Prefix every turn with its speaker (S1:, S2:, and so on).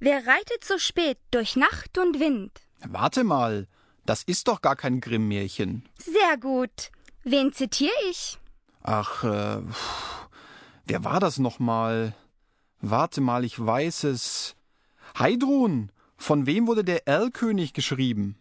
S1: Wer reitet so spät durch Nacht und Wind?
S2: Warte mal, das ist doch gar kein Grimm-Märchen.
S1: Sehr gut. Wen zitiere ich?
S2: Ach, äh, pff, wer war das nochmal? Warte mal, ich weiß es. Heidrun, von wem wurde der Erlkönig geschrieben?